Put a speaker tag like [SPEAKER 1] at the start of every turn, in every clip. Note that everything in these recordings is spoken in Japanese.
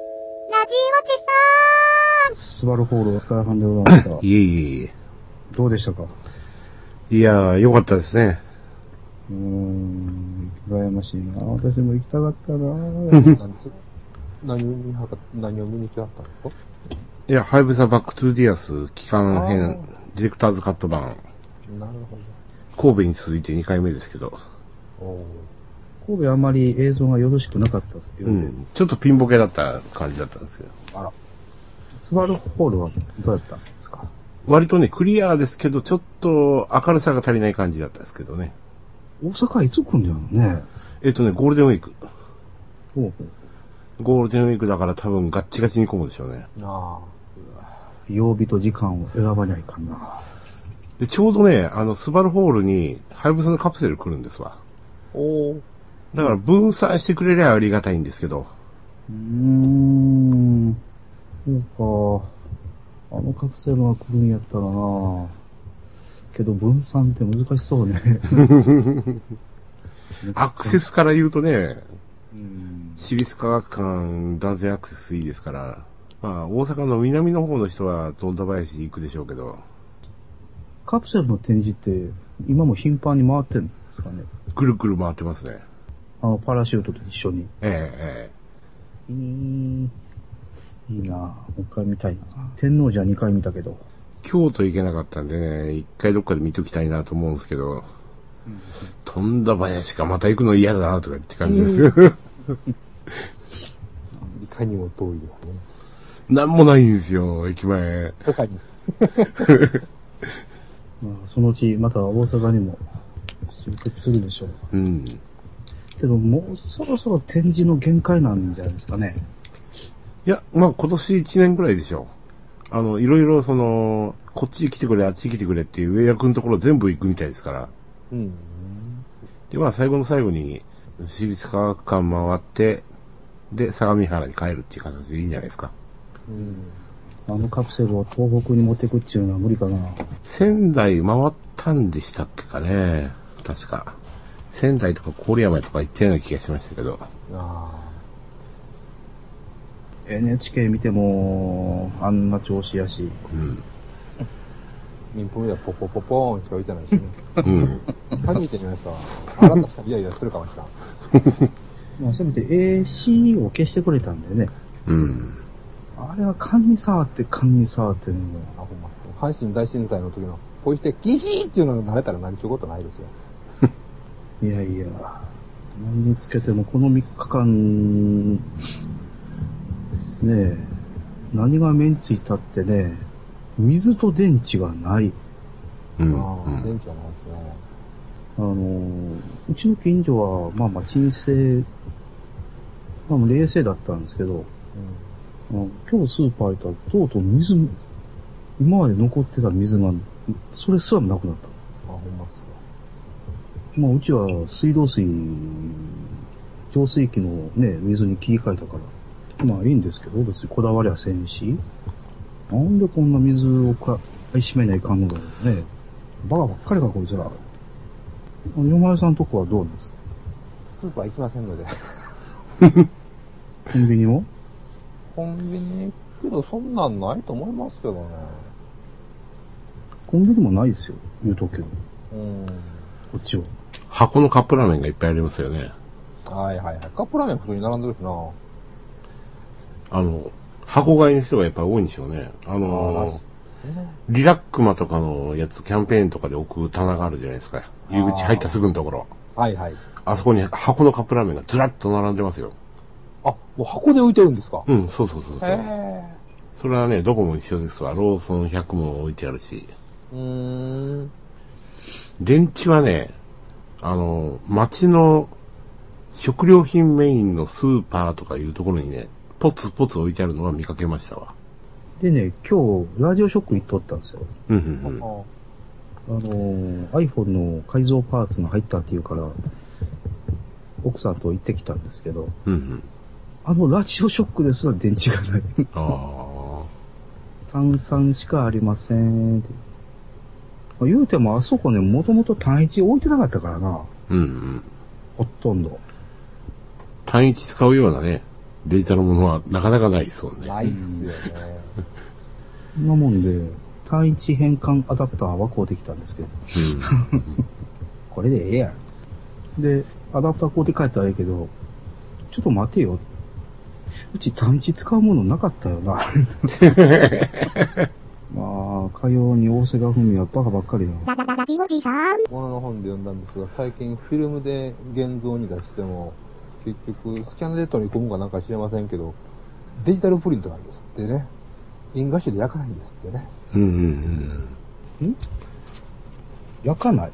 [SPEAKER 1] じおじさん
[SPEAKER 2] スバルホールお疲れ様でござい ました。
[SPEAKER 3] いえいえい
[SPEAKER 2] どうでしたかう
[SPEAKER 3] え。いやー、よかったですね。
[SPEAKER 2] ーん、羨ましいな。私も行きたかった な。
[SPEAKER 4] 何つ何を見はか何を見に来はったんですか
[SPEAKER 3] いや、ハイブサバックトゥーディアス、期間編、ディレクターズカット版、
[SPEAKER 4] なるほ
[SPEAKER 3] 神戸に続いて2回目ですけど、
[SPEAKER 4] ど。おー
[SPEAKER 2] 神戸あまり映像がよろしくなかったという
[SPEAKER 3] う
[SPEAKER 2] ので、
[SPEAKER 3] ん。ちょっとピンボケだった感じだったんですけど。
[SPEAKER 2] スバルホールはどうだったんですか
[SPEAKER 3] 割とね、クリアですけど、ちょっと明るさが足りない感じだったんですけどね。
[SPEAKER 2] 大阪いつ来んだよね。
[SPEAKER 3] えっ、とね、ゴールデンウィーク。
[SPEAKER 2] ほう
[SPEAKER 3] ゴールデンウィークだから多分ガッチガチに混むでしょうね。
[SPEAKER 4] あ
[SPEAKER 2] 曜日と時間を選ばないかな。
[SPEAKER 3] で、ちょうどね、あの、スバルホールに、ハイブサのカプセル来るんですわ。
[SPEAKER 4] あ。おー
[SPEAKER 3] だから分散してくれりゃありがたいんですけど、
[SPEAKER 2] うーん、そうか。あのカプセルが来るんやったらなけど分散って難しそう ね。
[SPEAKER 3] アクセスから言うとね、
[SPEAKER 2] うん
[SPEAKER 3] 私立科学館、男性アクセスいいですから、まあ、大阪の南の方の人は、富田林行くでしょうけど、
[SPEAKER 2] カプセルの展示って、今も頻繁に回ってるんですかね
[SPEAKER 3] ぐるぐる回ってますね。
[SPEAKER 2] あの、パラシュートと一緒に。
[SPEAKER 3] えええ
[SPEAKER 2] いい、いいなぁもう一回見たいな天皇じゃ二回見たけど。
[SPEAKER 3] え京都行けなかったんでね、一回どっかで見ときたいなと思うんですけど、富田林かまた行くの嫌だなとかって感じです。
[SPEAKER 4] いかにも遠いですね。
[SPEAKER 3] なんもないんですよ、駅前。
[SPEAKER 4] いかに。
[SPEAKER 2] まあ、そのうち、また大阪にも集結するでしょう。
[SPEAKER 3] うん。
[SPEAKER 2] けど、もうそろそろ展示の限界なんじゃないですかね。
[SPEAKER 3] いや、まあ今年1年ぐらいでしょ。あの、いろいろその、こっち来てくれ、あっち来てくれっていう上役のところ全部行くみたいですから。
[SPEAKER 4] うん。
[SPEAKER 3] で、まあ最後の最後に、私立科学館回って、で、相模原に帰るっていう形でいいんじゃないですか。
[SPEAKER 4] うん。
[SPEAKER 2] あのカプセルを東北に持ってくっていうのは無理かな
[SPEAKER 3] 仙台回ったんでしたっけかね。確か。仙台とか郡山とか行ったような気がしましたけど。
[SPEAKER 4] あ
[SPEAKER 2] NHK 見ても、あんな調子やし。
[SPEAKER 3] うん。
[SPEAKER 4] あ。民放ではポポポポーンしか浮いてないしね。
[SPEAKER 3] うん。
[SPEAKER 4] 初めて見ました。あなたしかイライラするかもしれん。
[SPEAKER 2] まあ、せめて AC を消してくれたんでね。
[SPEAKER 3] うん。
[SPEAKER 2] あれは勘に触って勘に触ってねもう
[SPEAKER 4] あ、ほんまっすね阪神大震災の時の、こうしてギヒーっていうのが慣れたら何ちゅうことないですよ。
[SPEAKER 2] いやいや、何につけてもこの3日間、ねえ、何が目についたってね、水と電池がない。
[SPEAKER 3] うん。う
[SPEAKER 4] ああ、
[SPEAKER 3] ん。
[SPEAKER 4] 電池はないですね。
[SPEAKER 2] あの、うちの近所は、まあまあ、鎮静、まあまあ、冷静だったんですけど、あの今日スーパー行ったら、とうとう水、今まで残ってた水が、それすらもなくなった。
[SPEAKER 4] うん。あ、ほんまっすね。
[SPEAKER 2] まあ、うちは水道水、浄水器のね、水に切り替えたから、まあいいんですけど、別にこだわりはせんし、なんでこんな水をか買い占めないかんのだろうね。バカばっかりか、こいつら。ヨマさんとこはどうなんですか
[SPEAKER 4] スーパー行きませんので。
[SPEAKER 2] コンビニも
[SPEAKER 4] コンビニ行くけど、そんなんないと思いますけどね。
[SPEAKER 2] コンビニもないですよ、言うとくけど、
[SPEAKER 4] うん。
[SPEAKER 2] こっちは。
[SPEAKER 3] 箱のカップラーメンがいっぱいありますよね。
[SPEAKER 4] はいはいはい。カップラーメン普通に並んでるしな。
[SPEAKER 3] あの、箱買いの人がやっぱり多いんでしょうね。あ
[SPEAKER 4] あ
[SPEAKER 3] の
[SPEAKER 4] ー
[SPEAKER 3] リラックマとかのやつ、キャンペーンとかで置く棚があるじゃないですか。入り口入ったすぐのところ。
[SPEAKER 4] はいはい。
[SPEAKER 3] あそこに箱のカップラーメンがずらっと並んでますよ。
[SPEAKER 4] あ、もう箱で浮いてるんですか
[SPEAKER 3] うん、そうそうそうそ
[SPEAKER 4] へ
[SPEAKER 3] う。
[SPEAKER 4] え。
[SPEAKER 3] それはね、どこも一緒ですわ。ローソン100も置いてあるし。
[SPEAKER 4] うーん。
[SPEAKER 3] 電池はね、あの、街の食料品メインのスーパーとかいうところにね、ポツポツ置いてあるのは見かけましたわ。
[SPEAKER 2] でね、今日、ラジオショック行っとったんですよ。
[SPEAKER 3] うん、うん、うん。
[SPEAKER 2] あのー、iPhone の改造パーツが入ったっていうから、奥さんと行ってきたんですけど、
[SPEAKER 3] うん、うん。
[SPEAKER 2] あのラジオショックですら電池がない。
[SPEAKER 3] ああ。
[SPEAKER 2] 炭酸しかありませんって。まあ言うてもあそこね、もともと単一置いてなかったからな。
[SPEAKER 3] うん、うん。
[SPEAKER 2] ほとんど。
[SPEAKER 3] 単一使うようなね、デジタルものはなかなかないですもんね。
[SPEAKER 4] ないっすよね。
[SPEAKER 2] そんなもんで、単一変換アダプターはこうできたんですけど、これでええやん。で、アダプターこうで変えたらええけど、ちょっと待てよ。うち単一使うものなかったよ な。まあ、かように大瀬川文はバカばっかりだ。
[SPEAKER 1] ララララジオジさん。
[SPEAKER 4] ものの本で読んだんですが、最近フィルムで現像に出しても、結局、スキャンレットに込むかなんか知れませんけど、デジタルプリントなんですってね。印画紙で焼かないんですってね。
[SPEAKER 3] うんうんうん。
[SPEAKER 2] 焼かない。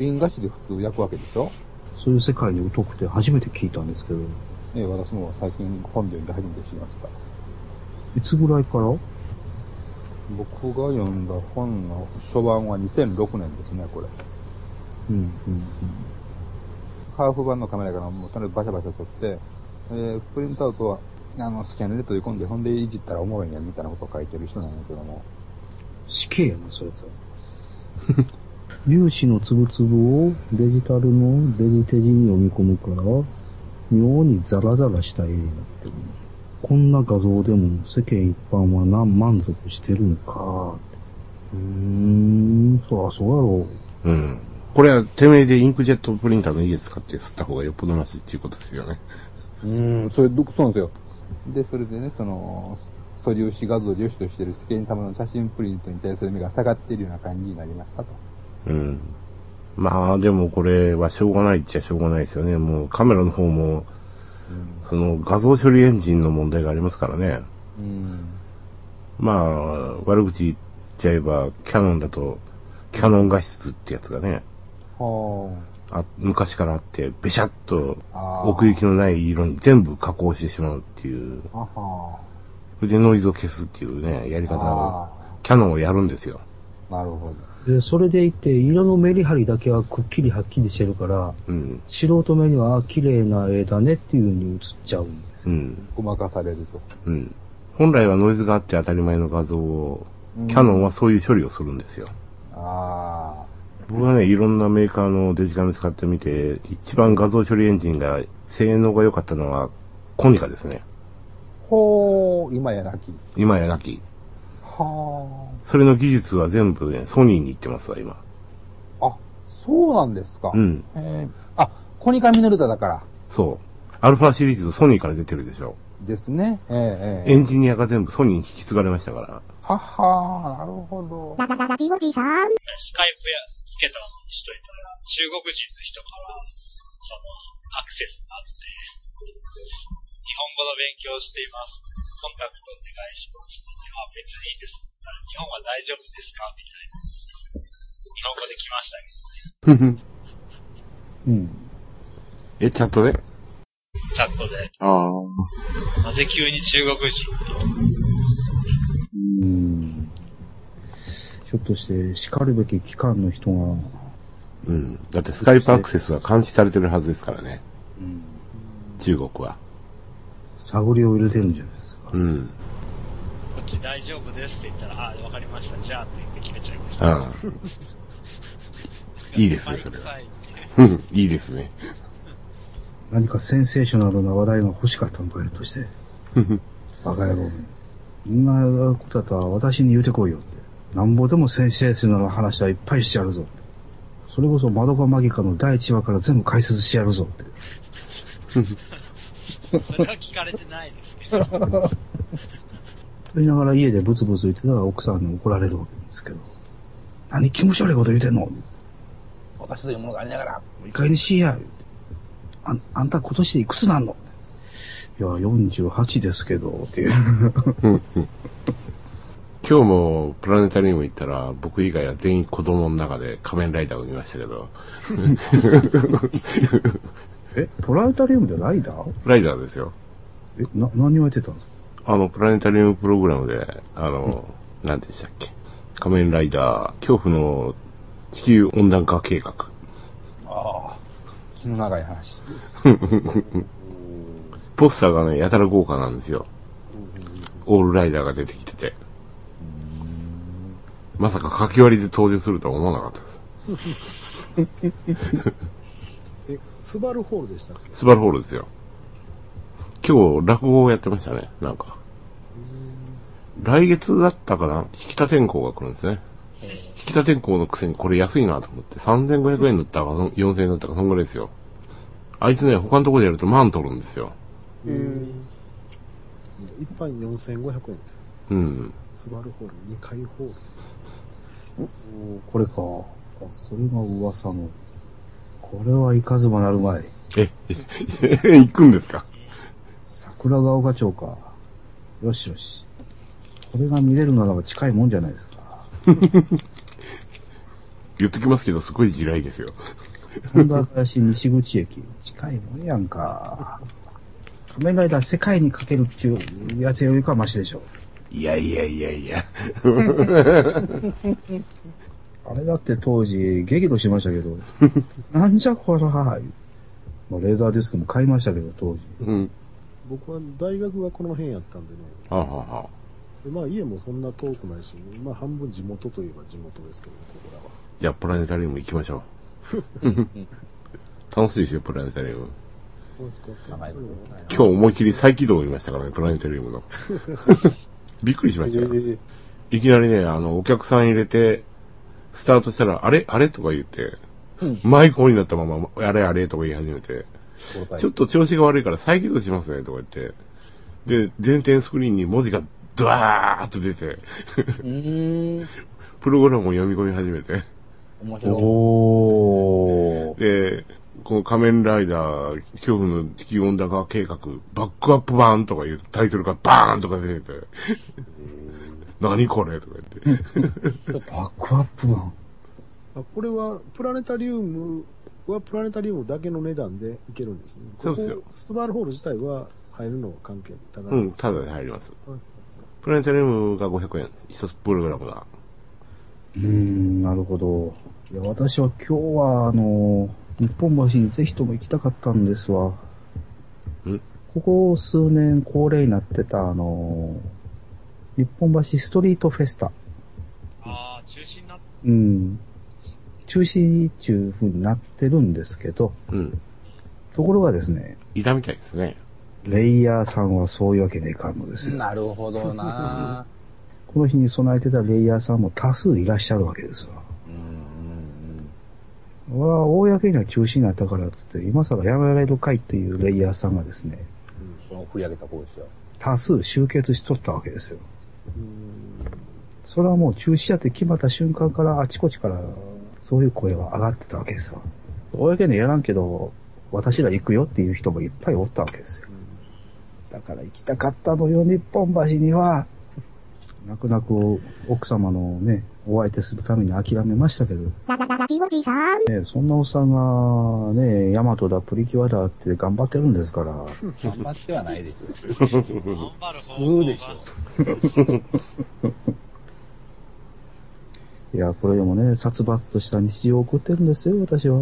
[SPEAKER 4] 印画紙で普通焼くわけでしょ
[SPEAKER 2] そういう世界に疎くて初めて聞いたんですけど、
[SPEAKER 4] ね私も最近本で読んで初めて知りました。
[SPEAKER 2] いつぐらいから
[SPEAKER 4] 僕が読んだ本の初版は2006年ですね、これ。
[SPEAKER 2] うん、うん。
[SPEAKER 4] ハーフ版のカメラからもうとにかくバシャバシャ撮って、えープリントアウトは、あの、スキャンで取り込んで、ほんでいじったらおもろいね、みたいなことを書いてる人なんだけども。
[SPEAKER 2] 死刑やな、そいつは。 粒子のつぶつぶをデジタルのデジテジに読み込むから、妙にザラザラした絵になってる。こんな画像でも世間一般はな満足してるのかって。うーん、そう、あ、そうやろ
[SPEAKER 3] うん。これは、てめえでインクジェットプリンターの家使って吸った方がよっぽどマシっていうことですよね。
[SPEAKER 4] うーん、それ、どそうなんですよ。で、それでね、その、素粒子画像を良しとしてる世間様の写真プリントに対する目が下がっているような感じになりましたと。
[SPEAKER 3] うん。まあ、でもこれはしょうがないっちゃしょうがないですよね。もうカメラの方も、その画像処理エンジンの問題がありますからね。
[SPEAKER 4] うん。
[SPEAKER 3] まあ、悪口言っちゃえば、キャノンだと、キャノン画質ってやつがね、
[SPEAKER 4] は
[SPEAKER 3] あ昔からあって、べしゃっと
[SPEAKER 4] あー
[SPEAKER 3] 奥行きのない色に全部加工してしまうっていう、
[SPEAKER 4] あ。あは
[SPEAKER 3] それでノイズを消すっていうね、やり
[SPEAKER 4] あ
[SPEAKER 3] 方を、
[SPEAKER 4] あ
[SPEAKER 3] キャノンをやるんですよ。
[SPEAKER 4] ー。なるほど。
[SPEAKER 2] う。で、それでいて、色のメリハリだけはくっきりはっきりしてるから、
[SPEAKER 3] うん。
[SPEAKER 2] 素人目には、あ綺麗な絵だねっていう風に映っちゃうんです。
[SPEAKER 3] うん。
[SPEAKER 4] ごまかされると。
[SPEAKER 3] うん。本来はノイズがあって当たり前の画像を、
[SPEAKER 4] うん
[SPEAKER 3] キャノンはそういう処理をするんですよ。
[SPEAKER 4] あ
[SPEAKER 3] 僕はね、いろんなメーカーのデジカメ使ってみて、一番画像処理エンジンが性能が良かったのは、コニカですね。
[SPEAKER 4] あ。ほう、今やなき。
[SPEAKER 3] 今やなき。
[SPEAKER 4] は
[SPEAKER 3] それの技術は全部ね、ソニーに行ってますわ、今。
[SPEAKER 4] あ。あ、そうなんですか。
[SPEAKER 3] うん。
[SPEAKER 4] へーあ、コニカミノルタだから。
[SPEAKER 3] そう。アルファシリーズソニーから出てるでしょ。
[SPEAKER 4] ですね。ええええ
[SPEAKER 3] エンジニアが全部ソニーに引き継がれましたから。
[SPEAKER 4] はっはー、なるほど。
[SPEAKER 1] ララララジオジさん。
[SPEAKER 5] スカイプやつけたのにしといたら、中国人の人から、その、アクセスがあって、日本語の勉強をしています。コンタクトお願いします。あ、別にいいです。日本は大丈夫ですかみたいな。日本語で来ましたけ
[SPEAKER 2] うん。
[SPEAKER 3] え、チャットで
[SPEAKER 5] ど、チャットで。
[SPEAKER 3] ああ。
[SPEAKER 5] なぜ急に中国人
[SPEAKER 2] うんひょっとして、叱るべき機関の人が、
[SPEAKER 3] うん。だってスカイプアクセスは監視されてるはずですからね。中国は。
[SPEAKER 2] 探りを入れてるんじゃないですか。
[SPEAKER 3] うん。
[SPEAKER 5] こっち大丈夫ですって言ったら、あ、わかりました。じゃあって言って切れちゃいまし
[SPEAKER 3] う
[SPEAKER 5] た。
[SPEAKER 3] ん。いいですねそれは
[SPEAKER 5] バイクさえ
[SPEAKER 3] うん いいですね。
[SPEAKER 2] 何かセンセーショナルな話題が欲しかったのか、ひょっとして。バカ野郎。そんなことだったら私に言うてこいよって。なんぼでもセンセーショナルな話はいっぱいしてやるぞって。それこそ窓かマギカの第1話から全部解説してやるぞって。
[SPEAKER 5] それは聞かれてないですけど。
[SPEAKER 2] と言いながら家でブツブツ言ってたら奥さんに怒られるわけですけど。何気持ち悪いこと言うてんの
[SPEAKER 4] 私というものがありながら。
[SPEAKER 2] いい加減にしや、言うてあん。あんた今年でいくつなんのいや、48ですけど、っていう。
[SPEAKER 3] 今日もプラネタリウム行ったら、僕以外は全員子供の中で仮面ライダーを見ましたけど、
[SPEAKER 2] え、プラネタリウムでライダー
[SPEAKER 3] ライダーですよ。
[SPEAKER 2] え、な、何をやってたんですか
[SPEAKER 3] あの、プラネタリウムプログラムで、あの、何でしたっけ。仮面ライダー、恐怖の地球温暖化計画。
[SPEAKER 4] ああ。気の長い話。
[SPEAKER 3] ポスターがね、やたら豪華なんですよ。オールライダーが出てきてて。まさか書き割りで登場するとは思わなかったです。
[SPEAKER 6] え、スバルホールでしたっけ
[SPEAKER 3] スバルホールですよ。今日落語をやってましたね、なんか。来月だったかな引田天候が来るんですね。引田天候のくせにこれ安いなと思って、3500円だったか、そん4000円だったか、そんぐらいですよ。あいつね、他のところでやると万取るんですよ。
[SPEAKER 6] 一杯4500円です。
[SPEAKER 3] うん。
[SPEAKER 6] スバルホール、2階ホール。
[SPEAKER 2] これか。あそれが噂の。これは行かずばなるまい。
[SPEAKER 3] え、行くんですか
[SPEAKER 2] 桜ヶ丘町か。よしよし。これが見れるならば近いもんじゃないですか。
[SPEAKER 3] 言っときますけど、すごい地雷ですよ。
[SPEAKER 2] 本田林西口駅。近いもんやんか。仮面ライダー世界にかけるっていうやつよりかはマシでしょ。
[SPEAKER 3] いやいやいやいや。
[SPEAKER 2] あれだって当時、激怒しましたけ ど。なんじゃこら。まあ、レーダーディスクも買いましたけど、当時。
[SPEAKER 3] うん。
[SPEAKER 6] 僕は大学がこの辺やったんでね、
[SPEAKER 3] はあ、はあはあ、
[SPEAKER 6] でまあ家もそんな遠くないし、まあ半分地元といえば地元ですけど、ここらは。
[SPEAKER 3] じゃあ、プラネタリウム行きましょ う。楽しいですよ、プラネタリウム。
[SPEAKER 6] そうですか。
[SPEAKER 3] 今日思いっきり再起動を言いましたからね、プラネタリウム の。びっくりしましたよ。いきなりね、あの、お客さん入れて、スタートしたら、あれあれとか言って、マイクオンになったまま、あれあれとか言い始めて、ちょっと調子が悪いから再起動しますね、とか言って。で、前転スクリーンに文字がドワーッと出て、
[SPEAKER 7] うん。
[SPEAKER 3] プログラムを読み込み始めて。
[SPEAKER 7] 面白い。
[SPEAKER 2] おー。
[SPEAKER 3] で、この仮面ライダー、恐怖の地球温暖化計画、バックアップ版とかいうタイトルがバーンとか出てて、 何これとか言って。
[SPEAKER 2] バックアップ版。
[SPEAKER 6] あこれは、プラネタリウムはプラネタリウムだけの値段でいけるんですね。
[SPEAKER 3] そうですよ
[SPEAKER 6] ここスバルホール自体は入るのは関係ない。ただ、
[SPEAKER 3] うん、ただで入ります。プラネタリウムが500円、一つプログラムが。
[SPEAKER 2] うーん、なるほど。いや、私は今日は、あの、日本橋にぜひとも行きたかったんですわ。
[SPEAKER 3] ん
[SPEAKER 2] ここ数年恒例になってた、あの、日本橋ストリートフェスタ。
[SPEAKER 5] ああ、中止になっ
[SPEAKER 2] うん。中止っていう風になってるんですけど、
[SPEAKER 3] うん。
[SPEAKER 2] ところがですね、
[SPEAKER 3] いたみたいですね。
[SPEAKER 2] レイヤーさんはそういうわけにはいかんのですよ。
[SPEAKER 7] なるほど な
[SPEAKER 2] この日に備えてたレイヤーさんも多数いらっしゃるわけですわ。わあ、公には中止になったからっつって、今更やめられるかいっていうレイヤーさんがですね、
[SPEAKER 7] この振り上げた方ですよ。
[SPEAKER 2] 多数集結しとったわけですよ。それはもう中止やって決まった瞬間からあちこちからそういう声は上がってたわけですよ。公にやらんけど、私ら行くよっていう人もいっぱいおったわけですよ。だから行きたかったのよ、日本橋には。泣く泣く奥様のね、お相手するために諦めましたけど、ね、
[SPEAKER 1] ララララジオジさん。
[SPEAKER 2] そんなおっさんがね、ヤマトだ、プリキュアだって頑張ってるんですから、
[SPEAKER 7] 頑張ってはないですよ。
[SPEAKER 5] た。頑張る方
[SPEAKER 7] 普
[SPEAKER 5] 法
[SPEAKER 7] 通
[SPEAKER 5] が
[SPEAKER 7] でしょ。
[SPEAKER 2] いや、これでもね、殺伐とした日常を送ってるんですよ、私は。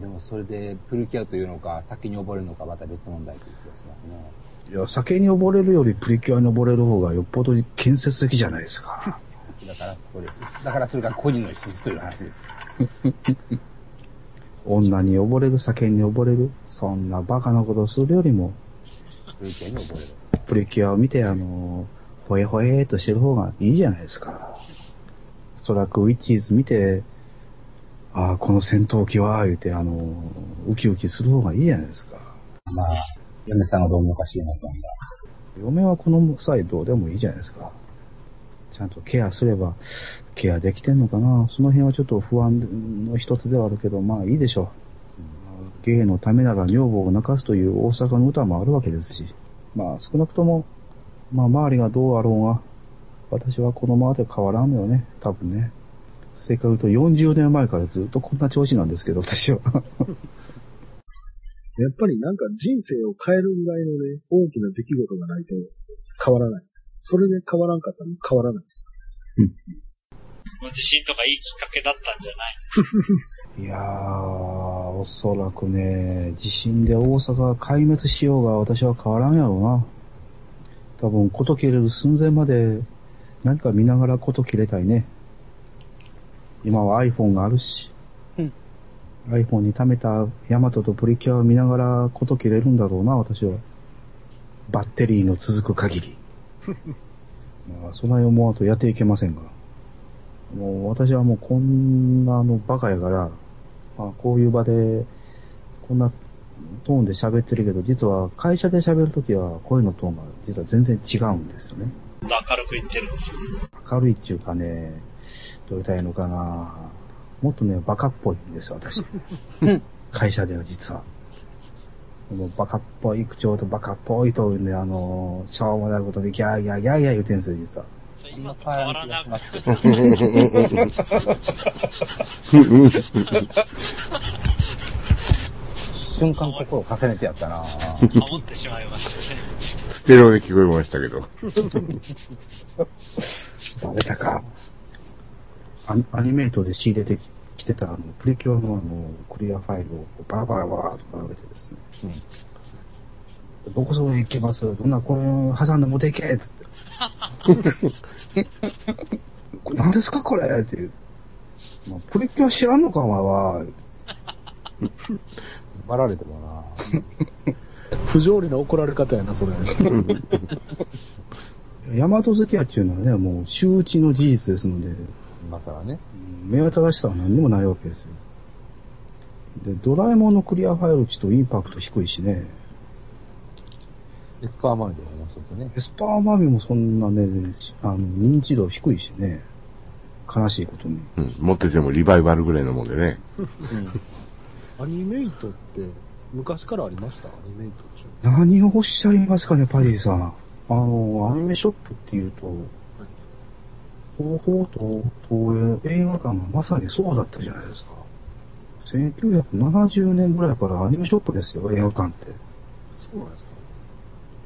[SPEAKER 7] でもそれでプルキアというのか、先に溺れるのか、また別問題という気がしますね。
[SPEAKER 2] いや、酒に溺れるよりプリキュアに溺れる方がよっぽど建設的じゃないですか。
[SPEAKER 7] だからそこです。だからそれが個人の質という話です。
[SPEAKER 2] 女に溺れる、酒に溺れる、そんなバカなことをするよりも、
[SPEAKER 7] プルキアに溺れる。
[SPEAKER 2] プリキュアを見て、あの、ほえほえーとしてる方がいいじゃないですか。ストラックウィッチーズ見て、ああ、この戦闘機は、言うて、あの、ウキウキする方がいいじゃないですか。
[SPEAKER 7] まあ、嫁さんがどう思うか知りませんが。
[SPEAKER 2] 嫁はこの際どうでもいいじゃないですか。ちゃんとケアすれば、ケアできてんのかなその辺はちょっと不安の一つではあるけど、まあいいでしょう。芸のためなら女房を泣かすという大阪の歌もあるわけですし、まあ少なくとも、まあ周りがどうあろうが、私はこのままで変わらんのよね、多分ね。正確に言うと40年前からずっとこんな調子なんですけど、私は。
[SPEAKER 6] やっぱりなんか人生を変えるぐらいのね、大きな出来事がないと変わらないですよ。それで変わらんかったら変わらないです。
[SPEAKER 5] の地震とかいいきっかけだったんじゃない
[SPEAKER 2] いやー、おそらくね、地震で大阪が壊滅しようが私は変わらんやろうな。多分、こと切れる寸前まで何か見ながらこと切れたいね。今は iPhone があるし。
[SPEAKER 7] うん、
[SPEAKER 2] iPhone に貯めたヤマトとプリキュアを見ながらこと切れるんだろうな、私は。バッテリーの続く 限り。まあ、そない思わんとやっていけませんが。もう私はもうこんなあのバカやから、まあ、こういう場で、こんなトーンで喋ってるけど、実は会社で喋るときは声のトーンが実は全然違うんですよね。
[SPEAKER 5] ほんと明るく言ってるんですよ。
[SPEAKER 2] 明るいっていうかね、どう言ったらいいのかな。もっとね、バカっぽいんですよ、私。会社では実は。このバカっぽい口調とバカっぽいとね、あの、しょうもないことでギャーギャーギャーギャー言うてるんですよ、実は。
[SPEAKER 5] それ
[SPEAKER 7] 今
[SPEAKER 5] 今
[SPEAKER 7] 変
[SPEAKER 5] と
[SPEAKER 7] わ
[SPEAKER 5] 変わ
[SPEAKER 7] ら
[SPEAKER 5] ら
[SPEAKER 7] な
[SPEAKER 5] な
[SPEAKER 7] 気
[SPEAKER 5] く
[SPEAKER 7] が
[SPEAKER 5] な
[SPEAKER 7] し
[SPEAKER 5] い
[SPEAKER 7] ますけど。瞬間心を重ねてやったなぁ。
[SPEAKER 5] ハモってしまいましたね。
[SPEAKER 3] ステレオで聞こえましたけど。
[SPEAKER 2] バレたか。アニアニメイトで仕入れてききてた、あの、プリキュアのあの、クリアファイルをバラバラバラと並べてですね。どこそこ行けますどんな、これ挟んで持っていけっつって。これ何ですかこれっていう。まあプリキュア知らんのかお前は。
[SPEAKER 4] バられても
[SPEAKER 6] 不条理な怒られ方やな、そ れ。
[SPEAKER 2] ヤマト好きやっていうのはね、もう周知の事実ですので、
[SPEAKER 4] な、今更ね。
[SPEAKER 2] 目新しさは何にもないわけですよ。で、ドラえもんのクリアファイル値とインパクト低いしね、
[SPEAKER 4] エスパーマンでも面白いですよね。
[SPEAKER 2] エスパーマミもそんなね、あの、認知度低いしね、悲しいことに。
[SPEAKER 3] うん、持っててもリバイバルぐらいのもんでね。
[SPEAKER 6] アニメイトって、昔からありましたアニメイトでしょ。
[SPEAKER 2] 何をおっしゃりますかね、パディさん。あの、アニメショップっていうと、東宝と東映映画館がまさにそうだったじゃないですか。1970年ぐらいからアニメショップですよ、映画館って。
[SPEAKER 6] そうなんですか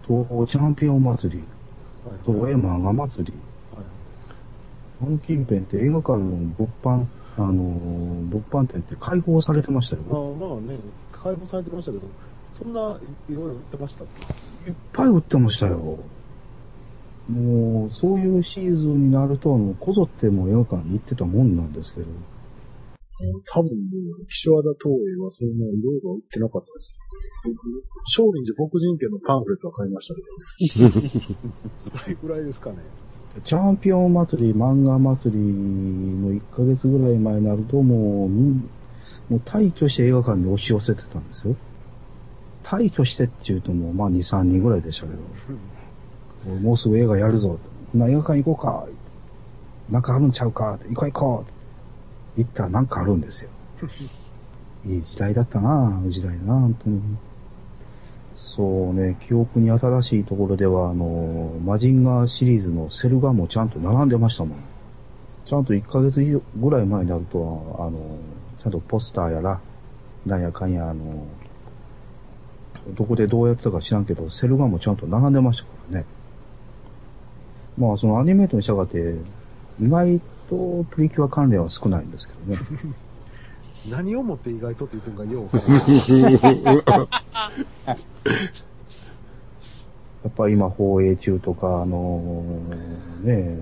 [SPEAKER 2] 東宝チャンピオン祭り、
[SPEAKER 6] はい
[SPEAKER 2] 東映漫画祭り。
[SPEAKER 6] はい
[SPEAKER 2] あの近辺って映画館の物販、あの、物販店って開放されてましたよ。
[SPEAKER 6] あーまあね、解放されてましたけど、そんないいろいろ売ってましたっけ
[SPEAKER 2] いっぱい売ってましたよ。もう、そういうシーズンになると、もうこぞってもう映画館に行ってたもんなんですけど、
[SPEAKER 6] 多分もう、岸和田東映はそんないろいろ売ってなかったです。僕、少林寺牧人家のパンフレットは買いましたけ ど。それぐらいですかね。
[SPEAKER 2] チャンピオン祭り、漫画祭りの1ヶ月ぐらい前になると、もう、うんもう退去して映画館に押し寄せてたんですよ。退去してっていうともう、まあ2、3人ぐらいでしたけど、もうすぐ映画やるぞ。な、映画館行こうか。なんかあるんちゃうか。行こう行こう。行ったらなんかあるんですよ。いい時代だったなあの時代だな本当に。そうね、記憶に新しいところでは、あの、マジンガーシリーズのセルガもちゃんと並んでましたもん。ちゃんと1ヶ月以上ぐらい前になると、あの、ちゃんとポスターやら、なんやかんや、あの、どこでどうやってたか知らんけど、セルガもちゃんと並んでましたからね。まあ、そのアニメートに従って、意外とプリキュア関連は少ないんですけどね。
[SPEAKER 6] 何をもって意外とって言ってんか、ようわか らん。
[SPEAKER 2] やっぱ今放映中とか、あのねえ、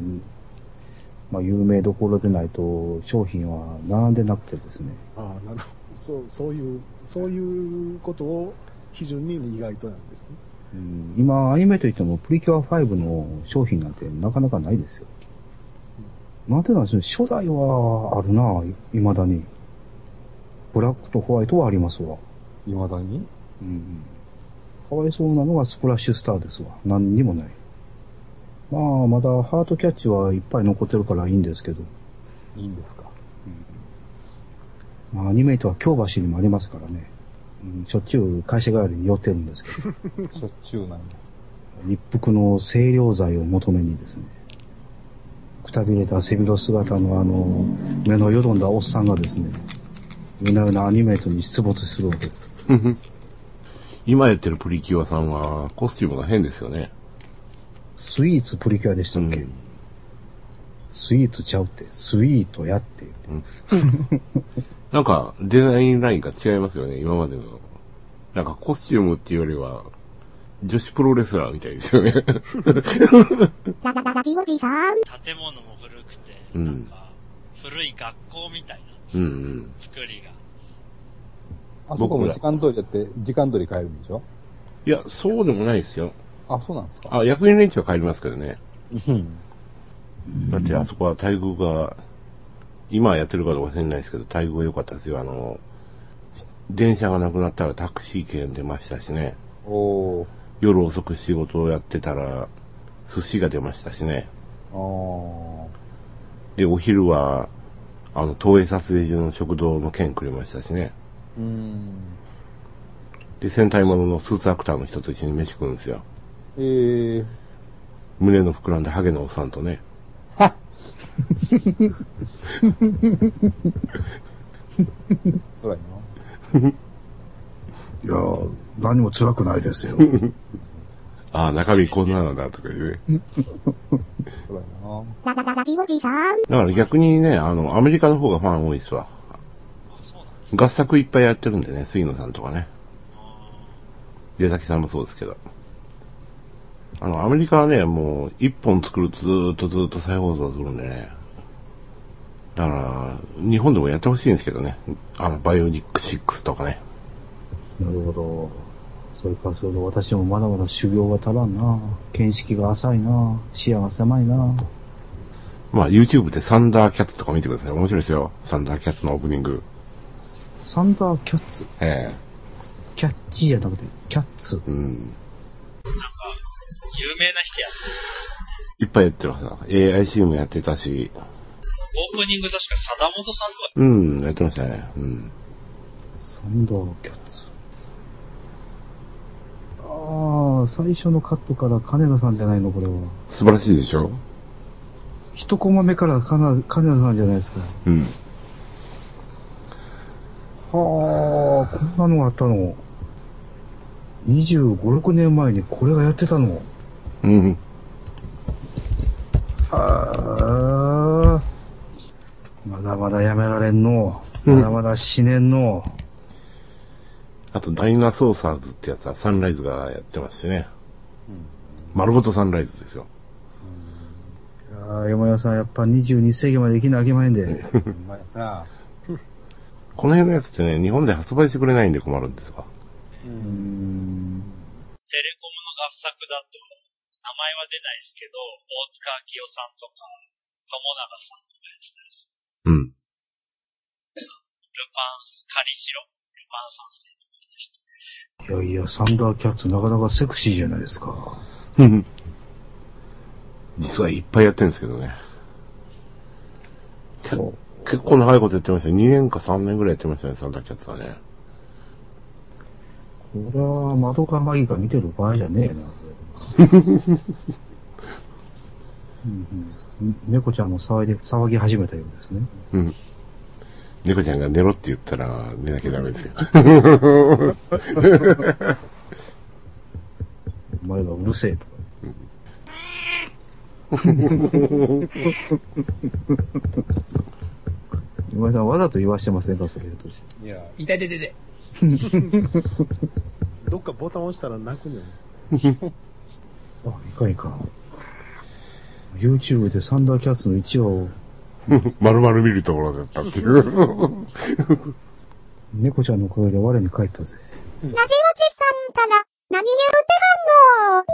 [SPEAKER 2] まあ有名どころでないと商品は並んでなくてですね。
[SPEAKER 6] ああ、なるほど。そう、そういう、そういうことを基準に意外となんですね。
[SPEAKER 2] うん今アニメといってもプリキュア5の商品なんてなかなかないですよ。なんてなんでしょうね、初代はあるな、い未だに。ブラックとホワイトはありますわ。
[SPEAKER 4] 未だに
[SPEAKER 2] うんかわいそうなのがスプラッシュスターですわ。何にもない。まあ、まだハートキャッチはいっぱい残ってるからいいんですけど。
[SPEAKER 4] いいんですか
[SPEAKER 2] まあ、アニメイトは京橋にもありますからね。うん、しょっちゅう会社帰りに寄ってるんですけど、
[SPEAKER 4] しょっちゅうなんだ。
[SPEAKER 2] 一服の清涼剤を求めにですね、くたびれた背広姿のあの、目のよどんだおっさんがですね、夜な夜なアニメイトに出没するわけです。
[SPEAKER 3] 今やってるプリキュアさんは、コスチュームが変ですよね。
[SPEAKER 2] スイーツプリキュアでしたっけ、
[SPEAKER 3] うん
[SPEAKER 2] スイーツちゃうって、スイートやって。
[SPEAKER 3] なんか、デザインラインが違いますよね、今までの。なんか、コスチュームっていうよりは、女子プロレスラーみたいですよね。
[SPEAKER 1] ララララジオジさん。
[SPEAKER 5] 建物も古くて、
[SPEAKER 3] うん
[SPEAKER 5] なんか、古い学校みたいな
[SPEAKER 3] うんうん。
[SPEAKER 5] 作りが。
[SPEAKER 4] あそこも時間通りだって、時間通り帰るんでしょ
[SPEAKER 3] いや、そうでもないですよ。
[SPEAKER 4] あ、そうなんですか。
[SPEAKER 3] あ、役員連中は帰りますけどね。
[SPEAKER 7] うん。
[SPEAKER 3] だってあそこは待遇が、今やってるかどうか知らないですけど、待遇が良かったですよ。あの、電車がなくなったらタクシー券出ましたしね。
[SPEAKER 4] おー。
[SPEAKER 3] 夜遅く仕事をやってたら、寿司が出ましたしね。
[SPEAKER 4] あー。
[SPEAKER 3] で、お昼は、あの、東映撮影所の食堂の券くれましたしね。
[SPEAKER 4] うーん。
[SPEAKER 3] で、戦隊もののスーツアクターの人と一緒に飯食うんですよ。
[SPEAKER 4] えー。
[SPEAKER 3] 胸の膨らんだハゲのおっさんとね。
[SPEAKER 4] そらいな。
[SPEAKER 2] いやー、何も辛 くないですよ。
[SPEAKER 3] ああ、中身こんなのだとか言うね。
[SPEAKER 4] そらい な。
[SPEAKER 1] ララララジオジさん。
[SPEAKER 3] だから逆にね、あの、アメリカの方がファン多いっすわ。合作いっぱいやってるんでね、杉野さんとかね。出崎さんもそうですけど。あの、アメリカはね、もう、一本作るとずーっとずーっと再放送するんでね。だから、日本でもやってほしいんですけどね。あの、バイオニック6とかね。
[SPEAKER 2] なるほど。それからそれで私もまだまだ修行が足らんな。見識が浅いな。視野が狭いな。
[SPEAKER 3] まあ、YouTube でサンダーキャッツとか見てください。面白いですよ。サンダーキャッツのオープニング。
[SPEAKER 2] サンダーキャッツ
[SPEAKER 3] え
[SPEAKER 2] キャッチじゃなくて、キャッツ。
[SPEAKER 3] えうん。
[SPEAKER 5] 有名な人やって
[SPEAKER 3] い
[SPEAKER 5] る。
[SPEAKER 3] っぱいやってるはずだ。AIC もやってたし、
[SPEAKER 5] オープニング確か、貞本さんとか
[SPEAKER 3] うん、やってましたね。うん。
[SPEAKER 2] サンダーキャッツ。ああ、最初のカットから金田さんじゃないの、これは。
[SPEAKER 3] 素晴らしいでしょ
[SPEAKER 2] 一コマ目から金田金田さんじゃないですか。
[SPEAKER 3] うん。
[SPEAKER 2] はあ、こんなのがあったの。25、6年前にこれがやってたの。
[SPEAKER 3] うん。
[SPEAKER 2] ああ。まだまだやめられんの。まだまだ死ねんの。
[SPEAKER 3] あと、ダイナソーサーズってやつはサンライズがやってますしね。丸ごとサンライズですよ。
[SPEAKER 2] いやー山屋さん、やっぱ22世紀まで生きなあきまへんで。
[SPEAKER 7] ほんまやさ。
[SPEAKER 3] この辺のやつってね、日本で発売してくれないんで困るんですわ。
[SPEAKER 5] テレコムの合作だと、名前は出ないですけど、大塚明夫さんとか、友永さんとかやってたりする。
[SPEAKER 3] うん。
[SPEAKER 5] ルパン、カリシロ、ルパン三世とかの
[SPEAKER 2] い
[SPEAKER 5] 人。
[SPEAKER 2] やいや、サンダーキャッツなかなかセクシーじゃないですか。
[SPEAKER 3] 実はいっぱいやってるんですけどね。け結構長いことやってましたよ。2年か3年ぐらいやってましたね、サンダーキャッツはね。
[SPEAKER 2] これは、窓かマギか見てる場合じゃねえな。うんうん猫ちゃんも騒いで、騒ぎ始めたようですね。
[SPEAKER 3] うん。猫ちゃんが寝ろって言ったら寝なきゃダメですよ。
[SPEAKER 2] お前がうるせえとか。今井さん、わざと言わしてませんかそれ言うとして。
[SPEAKER 7] いや、痛い痛い痛い痛い。
[SPEAKER 6] どっかボタン押したら泣くんじゃない
[SPEAKER 2] あ、いかんいかん。YouTube でサンダーキャッツの1話を、
[SPEAKER 3] 丸々見るところだったっていう。
[SPEAKER 2] 猫ちゃんの声で我に返ったぜ。
[SPEAKER 1] ラジオジさんから、何言うてはんの